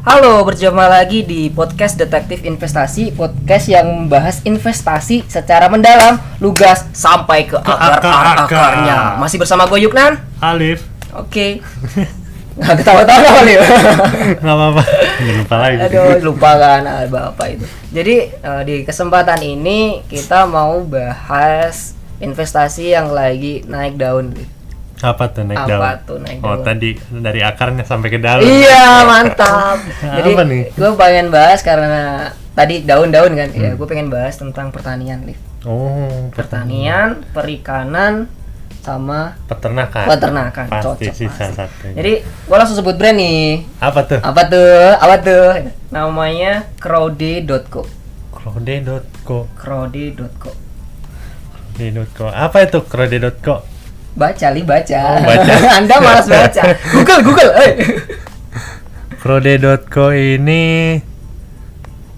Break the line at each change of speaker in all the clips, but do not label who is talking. Halo, berjumpa lagi di podcast Detektif Investasi, podcast yang membahas investasi secara mendalam, lugas sampai ke
akar-akar.
akar-akarnya. Masih bersama gue Yuknan.
Alif
Oke. Nggak ketawa-tawa kali. ya?
nggak apa-apa Ini lupa lagi
Aduh, lupa kan ah, bapak itu. Jadi eh, di kesempatan ini kita mau bahas investasi yang lagi naik daun.
apa tuh naik
Apa
daun
tuh naik daun?
oh tadi dari akarnya sampai ke daun
Iya mantap. Jadi
Apa nih?
gue pengen bahas karena tadi daun-daun kan, ya gue pengen bahas tentang pertanian nih.
oh pertanian
Pertanian, perikanan, sama
peternakan
peternakan.
Ah, pasti
Cocok
sih salah
pasti.
satunya.
Jadi gue langsung sebut brand nih.
apa tuh
Apa tuh? Apa tuh? Namanya Crowdy.co.
krode.co
Crowdy.co.
krode.co apa itu krode.co
Baca li baca.
Oh, baca.
Anda malas baca. Google Google. eh.
krode.co ini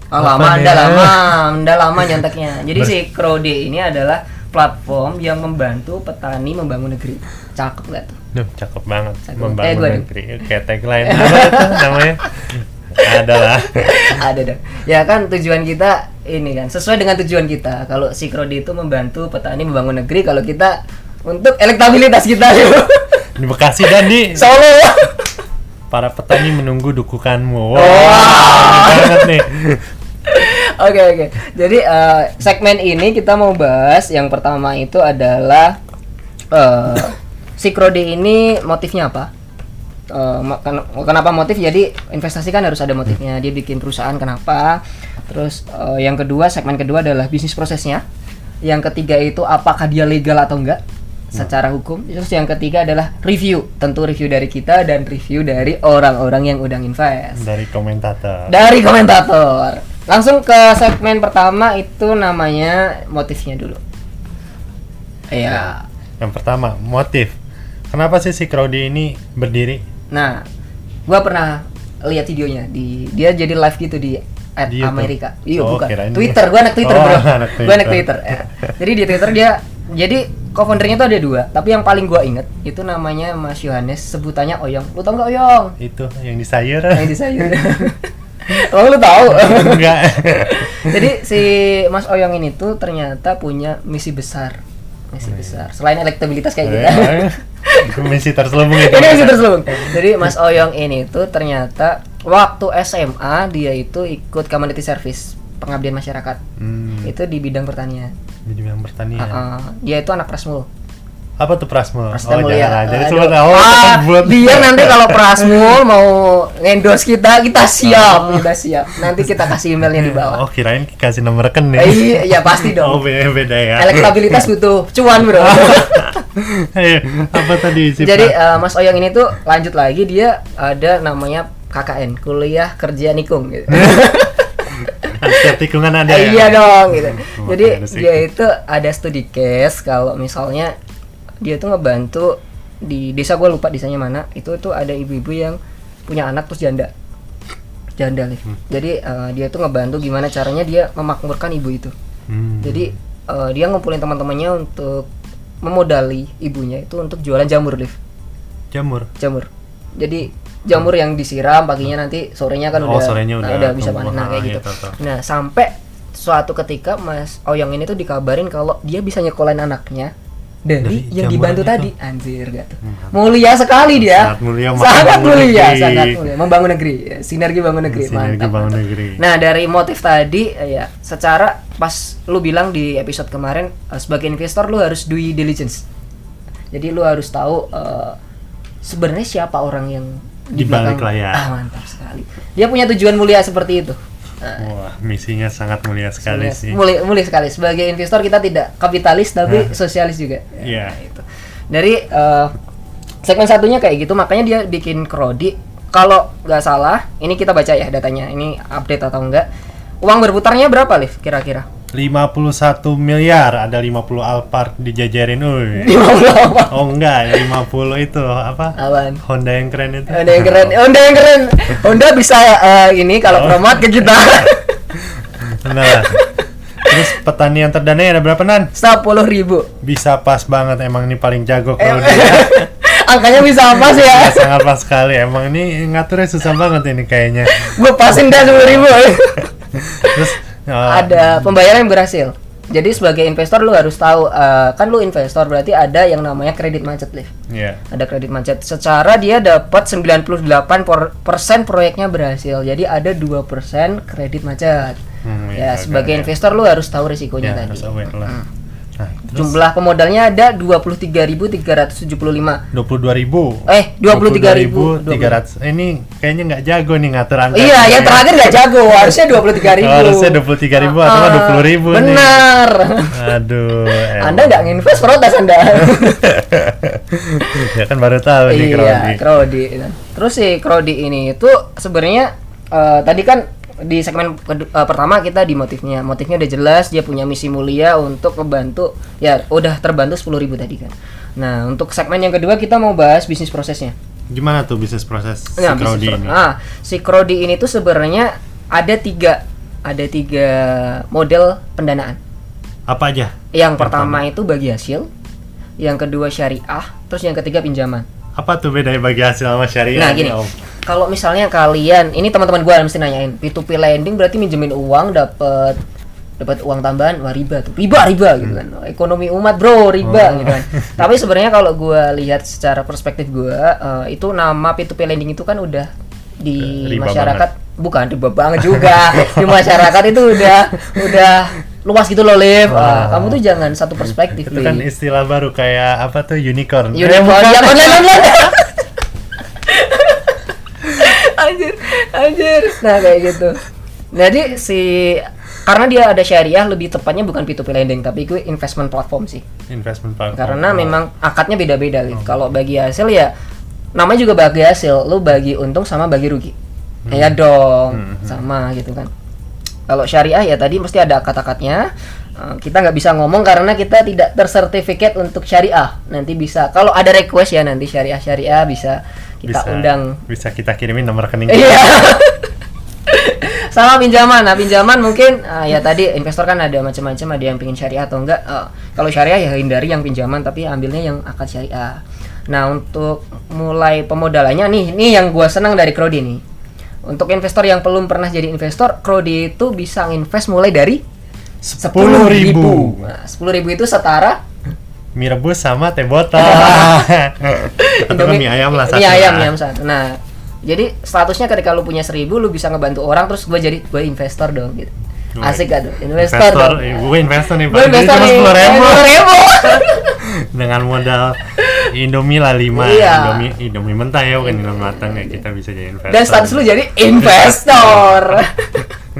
Oh,
Apa
lama,
nih?
anda lama, anda lama nyonteknya. Jadi si Crowdy ini adalah platform yang membantu petani membangun negeri. Cakep nggak tuh?
Duh, cakep banget
Cakep. Eh,
membangun
gua nih.
negeri kayak tagline apa itu namanya adalah
Ada dong. Ya kan tujuan kita ini kan sesuai dengan tujuan kita. Kalau si Crowdy itu membantu petani membangun negeri, kalau kita untuk elektabilitas kita
di Bekasi dan di
Solo.
para petani menunggu
Oh.
dukukanmu wow,
Wah.
banget nih
Oke oke. Jadi eh, segmen ini kita mau bahas yang pertama itu adalah eh si Crowdy ini motifnya apa? Eh, ma- ken- kenapa motif? Jadi investasi kan harus ada motifnya. Dia bikin perusahaan kenapa? Terus eh, yang kedua segmen kedua adalah bisnis prosesnya. Yang ketiga itu apakah dia legal atau enggak secara hukum. Terus yang ketiga adalah review. Tentu review dari kita dan review dari orang-orang yang udah invest
dari komentator
dari komentator. Langsung ke segmen pertama itu namanya motifnya dulu. Iya.
Ya. Yang pertama, motif. Kenapa sih si Crowdy ini berdiri?
Nah, gua pernah lihat videonya di dia jadi live gitu di at
Di YouTube?
Amerika. Iya,
Oh,
bukan.
kirain.
Twitter, gua anak Twitter,
Oh,
Bro.
anak
Gua anak
Twitter.
Twitter. ya. jadi di Twitter dia jadi co-foundernya tuh ada dua, tapi yang paling gua inget itu namanya Mas Yohanes, sebutannya Oyong. Lu tau nggak Oyong?
Itu yang di sayur?
Yang di sayur. Emang lu tahu?
Enggak.
Jadi si Mas Oyong ini tuh ternyata punya misi besar.
Oh,
Misi
iya.
besar. Selain elektabilitas kayak gitu. kita.
Misi terselubung itu.
ini misi terselubung. Jadi Mas Oyong ini tuh ternyata waktu SMA dia itu ikut community service, pengabdian masyarakat.
Hmm,
Itu Uh-uh. di bidang pertanian.
jadi yang pertanian.
Heeh. Dia itu anak Prasmul.
Apa tuh Prasmo?
Prasmul
oh,
ya.
jangan. Jadi
Aduh.
sempat oh,
Ah,
buat
dia nanti kalau Prasmul mau endorse kita, kita siap, kita siap. Nanti kita kasih emailnya di bawah.
Oh, kirain kasih nomor rekening.
Eh, Iya, pasti dong.
Oh, be- beda ya.
Elektabilitas butuh cuan, Bro.
Eh, apa tadi si
Jadi
Pra-
eh, Mas Oyang ini tuh lanjut lagi dia ada namanya KKN, kuliah kerja nikung gitu.
setiap tikungan ada ya?
iya dong gitu.
Hmm,
Jadi
ada sih.
dia itu ada studi case kalau misalnya dia tuh ngebantu di desa gua lupa desanya mana, itu tuh ada ibu-ibu yang punya anak terus janda. Janda Liv. Jadi eh, dia tuh ngebantu gimana caranya dia memakmurkan ibu itu.
Hmm.
Jadi eh, dia ngumpulin teman-temannya untuk memodali ibunya itu untuk jualan jamur Liv.
jamur.
jamur. Jadi jamur yang disiram paginya nanti sorenya kan
Oh,
udah
sorenya
nah,
udah
bisa
tumbuh.
panen nah, kayak
Ah, iya,
gitu.
tahu, tahu.
Nah, sampai suatu ketika Mas Oyong ini tuh dikabarin kalau dia bisa nyekolahin anaknya dari,
Dari
yang
jamuran
dibantu
itu. Hmm.
tadi. Anjir gitu. Mulia sekali dia.
Sangat mulia,
Sangat
membangun
mulia,
negeri.
sangat mulia. Membangun negeri. Ya, Sinergi bangun negeri.
Sinergi
mantap,
bangun
mantap.
negeri.
Nah, dari motif tadi eh, ya, secara pas lu bilang di episode kemarin eh, sebagai investor lu harus due diligence. Jadi lu harus tahu eh, sebenarnya siapa orang yang
Di balik layar.
Ah, mantap sekali. Dia punya tujuan mulia seperti itu. Nah,
Wah, misinya sangat mulia
mulia-
sekali sih.
Mulia, mulia Iya. sekali. Sebagai investor kita tidak kapitalis tapi sosialis juga.
Iya.
Nah, itu. Dari eh, segmen satunya kayak gitu, makanya dia bikin krodi. Kalau nggak salah, ini kita baca ya datanya. Ini update atau enggak? Uang berputarnya berapa, Liv? Kira-kira?
51 miliar ada 50 Alphard dijajarin uy.
Apa?
Oh enggak, 50 itu apa?
Apaan?
Honda yang keren itu.
Honda yang keren, Honda yang keren. Honda bisa eh, ini kalau
Oh.
promote ke kita.
Benar. Terus pertanian terdananya ada berapa Nan?
Sepuluh ribu.
Bisa pas banget emang ini paling jago
Eh,
kalau dia.
angkanya bisa apa sih ya?
Nggak sangat pas sekali. Emang ini ngaturnya susah banget ini kayaknya.
Gue pasin dah sepuluh ribu.
Terus eh,
ada pembayaran yang berhasil. Jadi sebagai investor lu harus tahu eh, kan lu investor berarti ada yang namanya kredit macet lift.
Iya.
Ada kredit macet. Secara dia dapat 98% por- persen proyeknya berhasil. Jadi ada 2% kredit macet.
Hmm,
ya,
iya, oke,
sebagai
oke.
investor lu harus tahu
Ya,
risikonya
harus
tadi. Hmm.
aware lah. Nah, terus
Jumlah pemodalnya ada 23.375.
22.000 ribu.
Eh, 23.000.
Ini kayaknya nggak jago nih ngatur ya. angka.
Iya,
ini.
yang terakhir nggak jago. Harusnya 23.000.
Harusnya 23.000 atau nggak 20.000 nih.
Ah,
Ya,
Benar.
Aduh.
Anda nggak nginvest protes Anda.
ya kan baru tahu nih
iya,
Krodi.
Krodi. Terus si Krodi ini itu sebenarnya eh, tadi kan di segmen kedu- eh, pertama kita di motifnya. Motifnya udah jelas, dia punya misi mulia untuk membantu ya udah terbantu 10.000 tadi kan. Nah, untuk segmen yang kedua kita mau bahas bisnis prosesnya.
Gimana tuh bisnis proses si
Nah,
Krodi
bisnis
ini?
pro- Ah, si Krodi ini tuh sebenarnya ada tiga ada tiga model pendanaan.
Apa aja?
Yang pertama itu bagi hasil, yang kedua syariah, terus yang ketiga pinjaman.
Apa tuh bedanya bagi hasil sama syariah?
Nah,
nih,
gini.
ya Om?
Kalau misalnya kalian, ini teman-teman gua mesti nanyain, P2P lending berarti minjemin uang dapat dapat uang tambahan, wah riba tuh. Riba, riba gitu kan.
Hmm.
Ekonomi umat, Bro,
Oh.
riba gitu kan. Tapi sebenarnya kalau gua lihat secara perspektif gua, eh, itu nama P2P lending itu kan udah di
Riba
masyarakat bukan riba banget juga. di masyarakat itu udah udah luas gitu loh, Liv. Ah, kamu tuh jangan satu perspektif,
Itu kan
Liv.
istilah baru kayak apa tuh unicorn. Eh,
Unicorn
bukan.
yang online online. anjir, anjir. Nah kayak gitu. Jadi si karena dia ada syariah lebih tepatnya bukan P2P lending tapi itu investment platform sih.
Investment platform.
Karena memang akadnya beda-beda gitu. Kalau bagi hasil ya namanya juga bagi hasil, lu bagi untung sama bagi rugi. Ya dong, sama gitu kan. Kalau syariah ya tadi mesti ada akad-akadnya. Eh, Kita nggak bisa ngomong karena kita tidak tersertifikat untuk syariah. Nanti bisa kalau ada request ya nanti syariah-syariah bisa kita
bisa,
undang
Bisa kita kirimin nomor rekening.
Iya. Sama pinjaman. Nah, pinjaman mungkin ah, ya tadi investor kan ada macam-macam, ada yang pingin syariah atau enggak. Eh, kalau syariah ya hindari yang pinjaman tapi ambilnya yang akad syariah. Nah, untuk mulai pemodalannya nih, ini yang gua senang dari Krodi nih. Untuk investor yang belum pernah jadi investor, Krodi itu bisa nginvest mulai dari
10.000 ribu.
Nah, 10.000 itu setara
Mie rebus sama teh botol. Atau nggak mie ayam lah satu.
Mie
lah.
ayam, mie ayam satu. Nah, jadi statusnya ketika lu punya seribu, lu bisa ngebantu orang, terus gue jadi gue investor dong gitu.
Gue-
Asik gak tuh? Investor,
Investor,
dong.
eh, gue investor nih,
Gue
Pak.
investor
Jadi
nih.
cuma 10.000.
Eh, 10.000.
Dengan modal Indomie lah 5.
Iya.
Indomie, Indomie mentah ya, bukan Indomie matang ya kita bisa jadi investor.
Dan status lu jadi investor.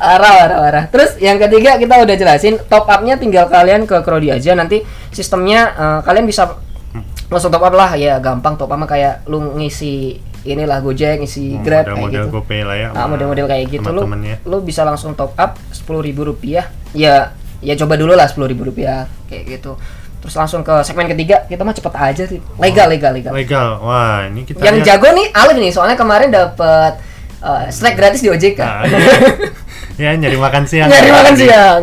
arah, arah, arah. Terus yang ketiga kita udah jelasin top up-nya tinggal kalian ke Krodi aja nanti sistemnya eh, kalian bisa
Hmm.
langsung top up lah ya gampang top up mah kayak lu ngisi inilah Gojek, ngisi Grab kayak
model-model
gitu.
GoPay lah ya.
Ah,
sama
model-model kayak gitu lu
teman-temannya.
lu bisa langsung top up sepuluh ribu rupiah ya ya coba dulu lah sepuluh ribu rupiah kayak gitu terus langsung ke segmen ketiga kita mah cepet aja sih
Oh.
legal legal legal
Legal. Wah, ini kita
yang
lihat.
jago nih Alif nih soalnya kemarin dapat eh, snack gratis di OJK
Nah, ya nyari makan siang. Iya.
nyari makan siang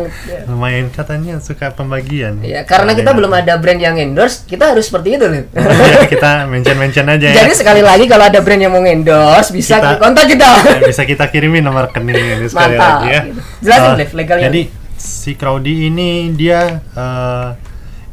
Lumayan katanya suka pembagian.
ya karena kita belum ada brand yang endorse kita harus seperti itu
Oh,
Lip.
Jadi Iya, kita mention-mention aja ya.
jadi sekali lagi kalau ada brand yang mau endorse bisa
Kita-
kontak
Ya,
kita
bisa kita kirimin nomor rekening ini sekali
Mantap,
lagi ya.
gitu. Jelasin,
Eh,
Dev, legalnya.
Jadi si Crowdy ini dia eh,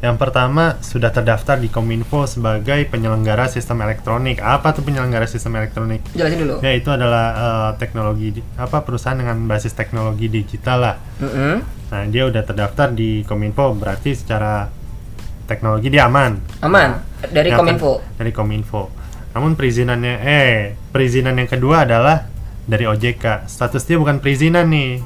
yang pertama sudah terdaftar di Kominfo sebagai penyelenggara sistem elektronik. Apa tuh penyelenggara sistem elektronik?
jelasin dulu
Ya itu adalah eh, teknologi di- apa perusahaan dengan basis teknologi digital lah.
Mm-mm.
Nah, dia udah terdaftar di Kominfo berarti secara teknologi dia aman.
aman dari
Yang pen-
kominfo
Dari Kominfo. Namun perizinannya eh perizinan yang kedua adalah dari OJK. Status dia bukan perizinan nih.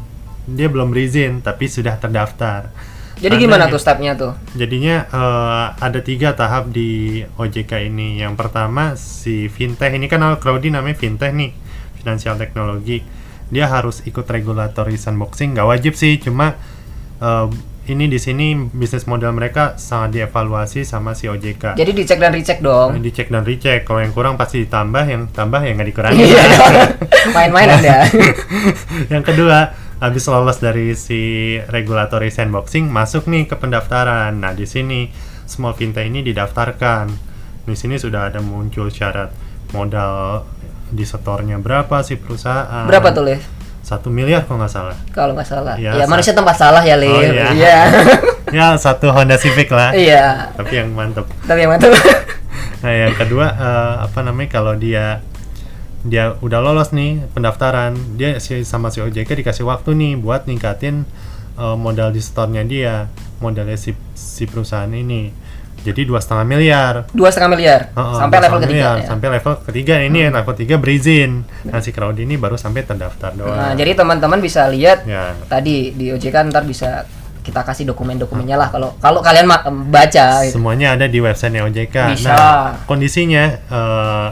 Dia belum berizin tapi sudah terdaftar.
jadi
Tandanya-
gimana tuh stepnya tuh
Jadinya eh, ada tiga tahap di OJK ini. Yang pertama si fintech ini kan Al Crowdy namanya fintech nih, finansial teknologi. Dia harus ikut regulatory sandboxing, nggak wajib sih, cuma eh, ini di sini bisnis model mereka sangat dievaluasi sama si OJK.
jadi dicek dan recheck dong
Yang dicek dan recheck kalau yang kurang pasti ditambah yang tambah yang nggak dikurangi
Iya. Main-main Anda.
yang kedua habis lolos dari si regulatory sandboxing masuk nih ke pendaftaran nah di sini small fintech ini didaftarkan Di sini sudah ada muncul syarat modal disetornya berapa sih perusahaan?
Berapa tuh, Liv?
Satu miliar kalau nggak salah.
Kalau nggak salah.
Iya,
Ya,
sa-
manusia tempat salah ya, Liv.
Oh, iya.
Iya.
ya satu Honda Civic lah.
Iya.
Tapi yang mantep.
Tapi yang mantap.
Nah yang kedua eh, apa namanya kalau dia dia udah lolos nih pendaftaran dia si- sama si OJK dikasih waktu nih buat ningkatin eh, modal di store-nya dia modalnya si, si perusahaan ini jadi dua setengah miliar
Dua setengah miliar
Heeh,
sampai
Oh, dua
level
setengah
ketiga.
miliar.
ya. Hmm.
sampai level ketiga ini level tiga berizin nah si crowd ini baru sampai terdaftar doang
Nah, jadi teman-teman bisa lihat
ya
tadi di OJK ntar bisa kita kasih dokumen-dokumennya lah kalau kalau kalian ma- baca gitu.
Semuanya ada di website OJK.
Bisa.
Nah, kondisinya eh,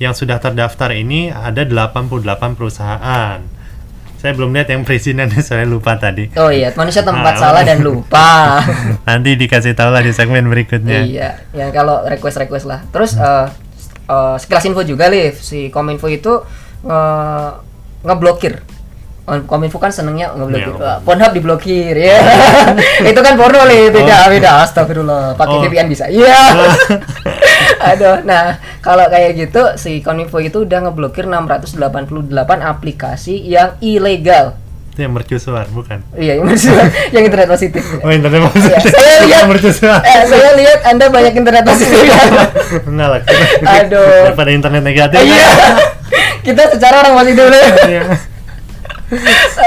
yang sudah terdaftar ini ada 88 perusahaan. Saya belum lihat yang perizinannya, saya lupa tadi.
Oh iya, manusia tempat
Ah.
salah dan lupa.
Nanti dikasih tahu lah di segmen berikutnya.
Iya, yang kalau request-request lah. Terus eh eh, sekilas info juga, Liv, si Kominfo itu eh, ngeblokir. Oh, Kominfo kan senengnya ngeblokir.
Iya.
Wah, Pornhub diblokir, ya. itu kan porno, Liv. Beda, beda. Astagfirullah. Pakai
Oh.
VPN bisa. Iya. Aduh, nah kalau kayak gitu si Kominfo itu udah ngeblokir 688 aplikasi yang ilegal.
Itu yang mercusuar, bukan?
Iya, yang maksudnya- yang internet positif.
Oh, internet
Iya,
maksudnya.
saya lihat
Yang mercusuar.
eh, saya lihat Anda banyak internet positif.
Enggak lah.
Aduh.
Daripada internet negatif.
Iya. Kita secara orang masih dulu.
Iya.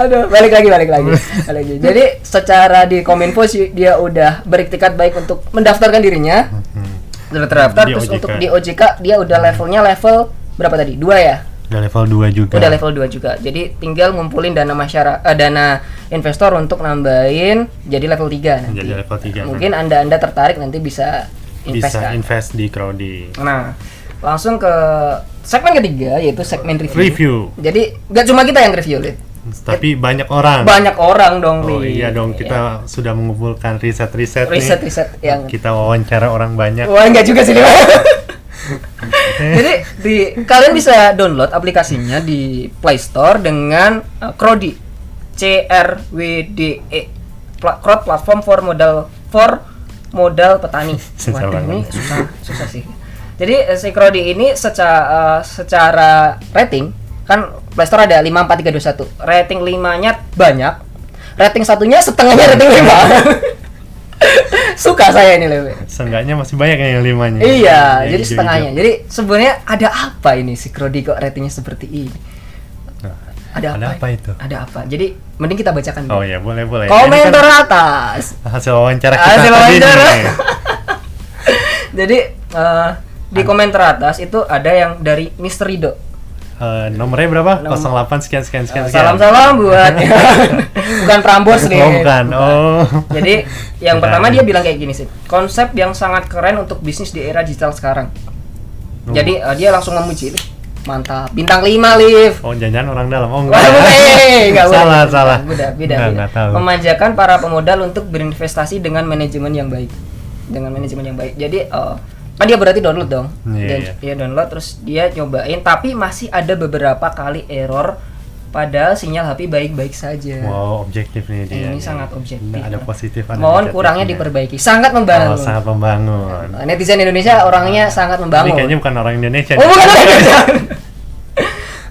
Aduh, balik lagi, balik lagi, balik lagi. Jadi secara di Kominfo sih dia udah beriktikat baik untuk mendaftarkan dirinya.
Hmm.
Udah terdaftar
Di
terus
OJK.
untuk di OJK dia udah levelnya level berapa tadi? Dua ya?
Udah level 2 juga.
Udah level 2 juga. Jadi tinggal ngumpulin dana masyarakat dana investor untuk nambahin jadi level 3 nanti.
Jadi level 3.
Mungkin Anda-anda tertarik nanti bisa invest
bisa
kan.
invest di Crowdy.
Nah, langsung ke segmen ketiga yaitu segmen review.
Review.
Jadi nggak cuma kita yang review, Lid.
Tapi banyak orang.
Banyak orang dong,
Nah. Oh
Lid.
iya dong, kita sudah mengumpulkan riset-riset nih.
riset-riset yang
Kita wawancara orang banyak.
Wah, enggak juga sih. Lid. Jadi di kalian bisa download aplikasinya di Play Store dengan uh, Crowdy. C R W D E. Pla- Crowd platform for modal for modal petani.
Susah
Waduh, ini
banget.
susah susah sih. Jadi eh, si Crowdy ini secara secara rating kan Play Store ada 54321. Rating 5-nya banyak. Rating satunya setengahnya rating 5. Suka saya ini Lewe.
Seenggaknya masih banyak yang limanya.
Iya,
Yang
jadi
hijau-hijau.
setengahnya. Jadi sebenarnya ada apa ini si Krodi kok ratingnya seperti ini?
Nah,
Ada,
Ada apa
ini?
itu?
Ada apa? Jadi mending kita bacakan.
Oh
dulu.
ya, boleh boleh. Ini
Komentar
kan
atas.
hasil wawancara kita
Hasil
tadi
wawancara.
nih.
Jadi eh, di komentar atas itu ada yang dari Mr. Rido.
Eh, nomornya berapa?
Nomor-
08 sekian sekian sekian. sekian.
Salam-salam buat bukan Prambors nih.
Oh, bukan. Oh.
Jadi yang
Bukan.
pertama dia bilang kayak gini sih, konsep yang sangat keren untuk bisnis di era digital sekarang.
Oh.
Jadi eh, dia langsung memuji, mantap, bintang 5 lift.
Oh, jangan orang dalam. Oh,
Wah,
enggak.
boleh. Nggak eh, boleh.
salah, salah.
Beda, beda,
Enggak,
beda.
enggak tahu.
Memanjakan para pemodal untuk berinvestasi dengan manajemen yang baik. Dengan manajemen yang baik. Jadi eh, kan dia berarti download dong.
Iya,
Dan
iya.
dia download terus dia nyobain tapi masih ada beberapa kali error padahal sinyal HP baik-baik saja.
Wow, objektif nih dia.
Ini
nih.
sangat objektif.
Ada positif ada
Mohon
negatifnya.
kurangnya diperbaiki. Sangat
Oh,
membangun.
sangat membangun.
Nah, Netizen Indonesia orangnya sangat
Ini
membangun.
kayaknya bukan orang Indonesia.
Oh,
nih.
bukan bukan.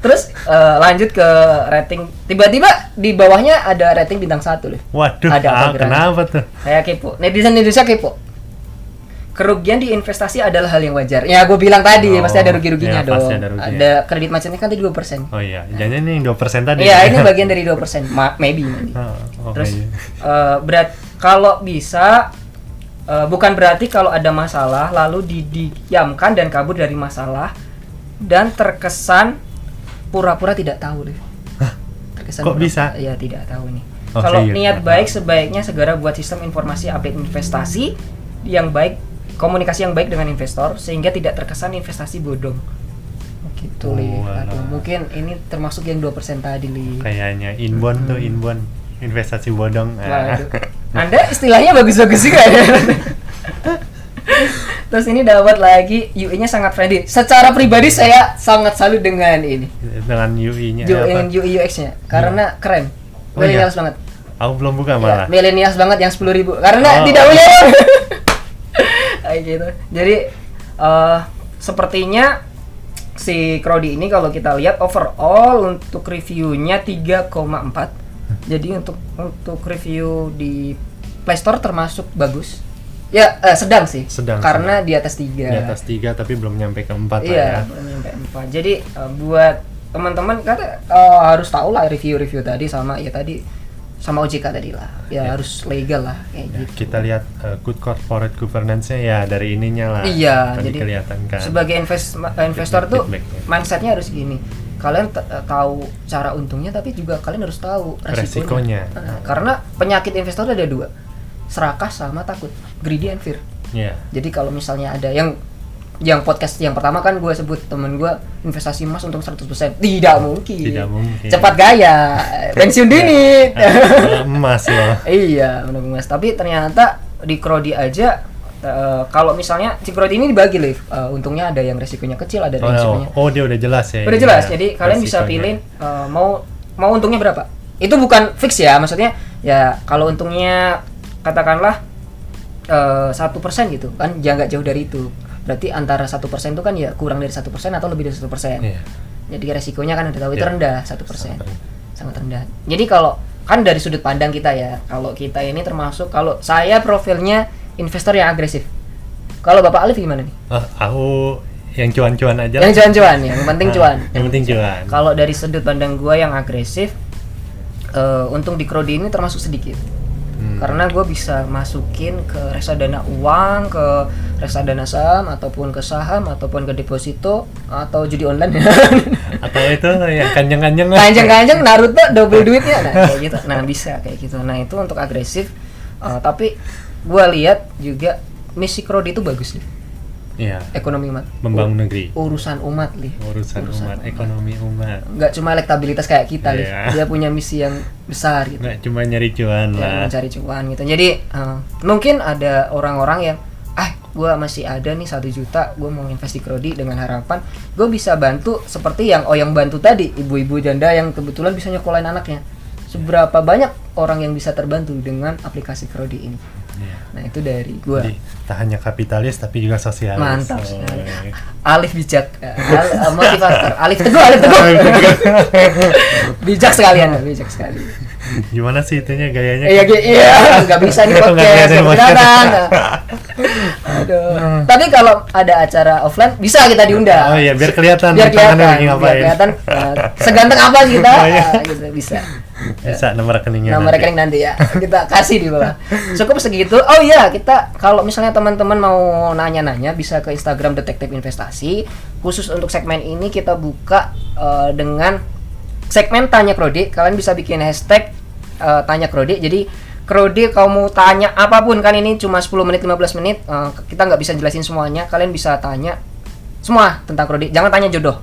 Terus eh, lanjut ke rating. Tiba-tiba di bawahnya ada rating bintang satu loh.
Waduh,
Ada apa
ah,
gerangan?
kenapa tuh?
Saya kepo. Netizen Indonesia kepo. Kerugian di investasi adalah hal yang wajar. Ya, gue bilang tadi
Oh,
pasti ada rugi-ruginya
ya,
dong.
pasti ada ruginya.
kredit macetnya kan tadi 2%.
Oh iya, jangan ini yang 2% tadi.
Iya, ini bagian dari 2%. Ma- maybe. maybe.
Oh, oh,
Terus
iya.
eh, berat kalau bisa eh, bukan berarti kalau ada masalah lalu didiamkan dan kabur dari masalah dan terkesan pura-pura tidak tahu deh. Terkesan pura-
Kok bisa?
Iya, tidak tahu nih.
Oke,
kalau
iya.
niat baik sebaiknya segera buat sistem informasi update investasi yang baik, komunikasi yang baik dengan investor sehingga tidak terkesan investasi bodong. Gitu, Li.
Walah.
Aduh, mungkin ini termasuk yang 2% tadi, Li.
kayaknya inbound tuh inbound investasi bodong. Ah.
Waduh. Anda istilahnya bagus-bagus juga ya. Terus ini dapat lagi UI-nya sangat friendly. Secara pribadi saya sangat salut dengan ini.
Dengan UI-nya
Dengan UI UX-nya E karena keren.
Iya, Oh, iya.
Millennials banget.
Aku belum buka
Ya,
malah.
millennials banget yang 10.000 karena
Oh.
tidak punya. Kayak gitu. Jadi eh, sepertinya si Crowdy ini kalau kita lihat overall untuk reviewnya 3,4. Jadi untuk untuk review di Play Store termasuk bagus. Ya eh, sedang sih.
Sedang,
Karena di atas 3.
Di atas tiga tapi belum nyampe ke empat lah ya.
Iya, belum nyampe empat. Jadi eh, buat teman-teman kan eh, harus tahu lah review-review tadi sama ya tadi sama OJK tadi lah. Ya harus legal lah kayak
Ya,
gitu.
kita lihat uh, good corporate governance-nya ya dari ininya lah.
Iya,
Tadi
jadi
kelihatan kan.
sebagai invest- ma- investor tuh
feedbacknya.
mindsetnya harus gini. Kalian t- eh, tahu cara untungnya, tapi juga kalian harus tahu resikonya.
Resikonya.
Nah, karena penyakit investor tuh ada dua, serakah sama takut, greedy and fear.
Iya.
Jadi kalau misalnya ada yang yang podcast yang pertama kan gue sebut temen gue investasi emas untung 100% tidak mungkin
Tidak mungkin.
cepat gaya pensiun dini
Eh, Iya. emas loh.
iya menabung emas tapi ternyata di Krodi aja eh, kalau misalnya si Krodi ini dibagi live untungnya ada yang resikonya kecil ada yang
Oh,
resikonya
oh, dia udah jelas ya.
udah
ini
jelas
ya,
jadi kalian bisa
resikonya.
pilih eh, mau mau untungnya berapa itu bukan fix ya maksudnya ya kalau untungnya katakanlah satu persen gitu kan jangan nggak jauh dari itu berarti antara satu persen itu kan ya kurang dari satu persen atau lebih dari satu persen
Iya.
jadi resikonya kan udah tahu itu
Iya.
rendah satu persen
Sangat rendah.
sangat rendah jadi kalau kan dari sudut pandang kita ya kalau kita ini termasuk kalau saya profilnya investor yang agresif kalau bapak Alif gimana nih
Ah, aku yang cuan-cuan aja.
yang
lah.
cuan-cuan yang penting
Ah,
cuan
yang penting cuan.
kalau dari sudut pandang gue yang agresif eh, untung di Krodi ini termasuk sedikit
Hmm.
karena gue bisa masukin ke reksadana uang ke reksadana saham ataupun ke saham ataupun ke deposito atau judi online
Atau itu yang kanjeng-kanjeng. lah.
kanjeng-kanjeng Naruto double duitnya nah kayak gitu nah bisa kayak gitu nah itu untuk agresif Eh, tapi gue lihat juga misi Krodi itu bagus nih
Iya.
ekonomi umat
Membangun negeri.
urusan umat nih
Urusan, umat, ekonomi umat.
nggak cuma elektabilitas kayak kita Liv.
Iya. Nah.
dia punya misi yang besar gitu
Nggak cuma nyari cuan
Ya,
lah.
mencari cuan gitu jadi eh, mungkin ada orang-orang yang ah gue masih ada nih satu juta gue mau invest di Krodi dengan harapan gue bisa bantu seperti yang oh yang bantu tadi ibu-ibu janda yang kebetulan bisa nyekolahin anaknya seberapa banyak orang yang bisa terbantu dengan aplikasi Krodi ini
Iya.
nah itu dari gue
Jadi tak hanya kapitalis tapi juga sosialis.
Mantap
Oh,
sekali.
iya.
Alif bijak, eh, al- eh, motivator, Alif teguh, Alif teguh, bijak sekali anda, bijak sekali.
Gimana sih itunya gayanya?
Iya, gi- iya, nggak bisa di
Nggak
podcast,
bisa di podcast.
beneran. Aduh. Tapi kalau ada acara offline bisa kita diundang.
Oh iya, biar kelihatan
biar
tangannya
kelihatan,
lagi
biar
ngapain.
kelihatan. eh, seganteng apa kita,
Oh, iya.
eh, gitu bisa.
Bisa nomor rekeningnya.
Nomor
Iya, nanti.
rekening nanti ya, kita kasih di bawah. Cukup segitu. Oh iya, kita kalau misalnya teman-teman mau nanya-nanya bisa ke Instagram Detektif Investasi. Khusus untuk segmen ini kita buka eh, dengan segmen tanya Krodi. Kalian bisa bikin hashtag eh, tanya Krodi. Jadi Krodi kalau mau tanya apapun kan ini cuma 10 menit 15 menit eh, kita nggak bisa jelasin semuanya kalian bisa tanya semua tentang Krodi jangan tanya jodoh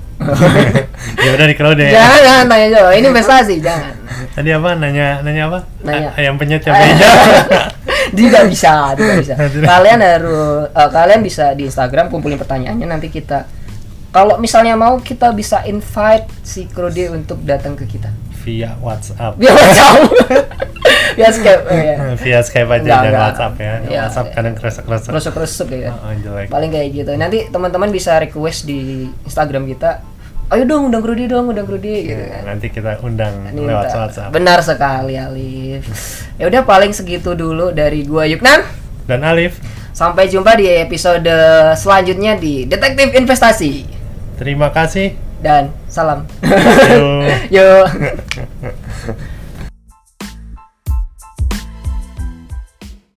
ya udah di crowd ya.
jangan, jangan tanya jodoh ini investasi jangan
Tadi apa? Nanya nanya apa?
Nanya.
A- ayam penyet cabai hijau.
tidak bisa tidak bisa
Tidak.
kalian harus eh, kalian bisa di Instagram kumpulin pertanyaannya nanti kita kalau misalnya mau kita bisa invite si Krodi untuk datang ke kita
Via WhatsApp.
biar tahu biar skip oh, ya.
Via Skype aja
Enggak,
jangan
enggak.
WhatsApp ya.
Iya.
WhatsApp kadang kresek-kresek.
kerusuk kerusuk ya
Oh, oh, jelek.
paling kayak gitu nanti teman-teman bisa request di Instagram kita ayo dong undang Krodi dong undang Krodi gitu
Ya,
kan
nanti kita undang
Ini
lewat
kita-
WhatsApp.
benar sekali Alif ya udah paling segitu dulu dari gua Yuknan
Dan Alif,
Sampai jumpa di episode selanjutnya di Detektif Investasi.
terima kasih.
Dan salam.
Yo.
Yuk.